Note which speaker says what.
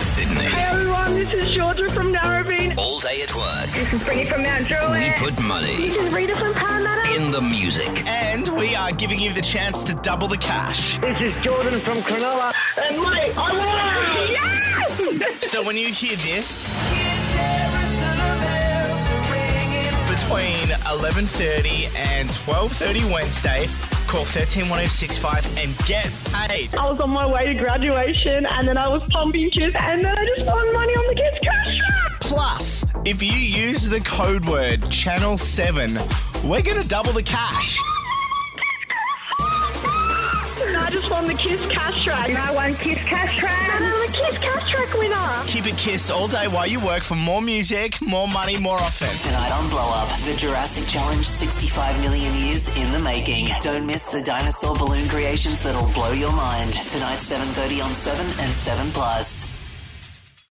Speaker 1: Sydney.
Speaker 2: Hi everyone, this is Georgia from Narrabeen.
Speaker 1: All day at work.
Speaker 2: This is Brittany from Mount
Speaker 1: We
Speaker 2: Druitt.
Speaker 1: put money
Speaker 2: This is Rita from Parramatta.
Speaker 1: in the music.
Speaker 3: And we are giving you the chance to double the cash.
Speaker 2: This is Jordan from Cronulla. And Mike, I won! Yes!
Speaker 3: So when you hear this, between 11.30 and 12.30 Wednesday, call 131065 and get paid.
Speaker 2: I was on my way to graduation and then I was pumping kids and then I just won money on the kids' cash trap.
Speaker 3: Plus, if you use the code word Channel 7, we're going to double the cash.
Speaker 2: Ah! And I just won the kids' cash track. And I won kids' cash track. And I'm the kids' cash track winner.
Speaker 3: Keep it kiss all day while you work for more music, more money, more often.
Speaker 4: Tonight on Blow Up, the Jurassic Challenge 65 million years in the making. Don't miss the dinosaur balloon creations that'll blow your mind. Tonight 7:30 on 7 and 7 Plus.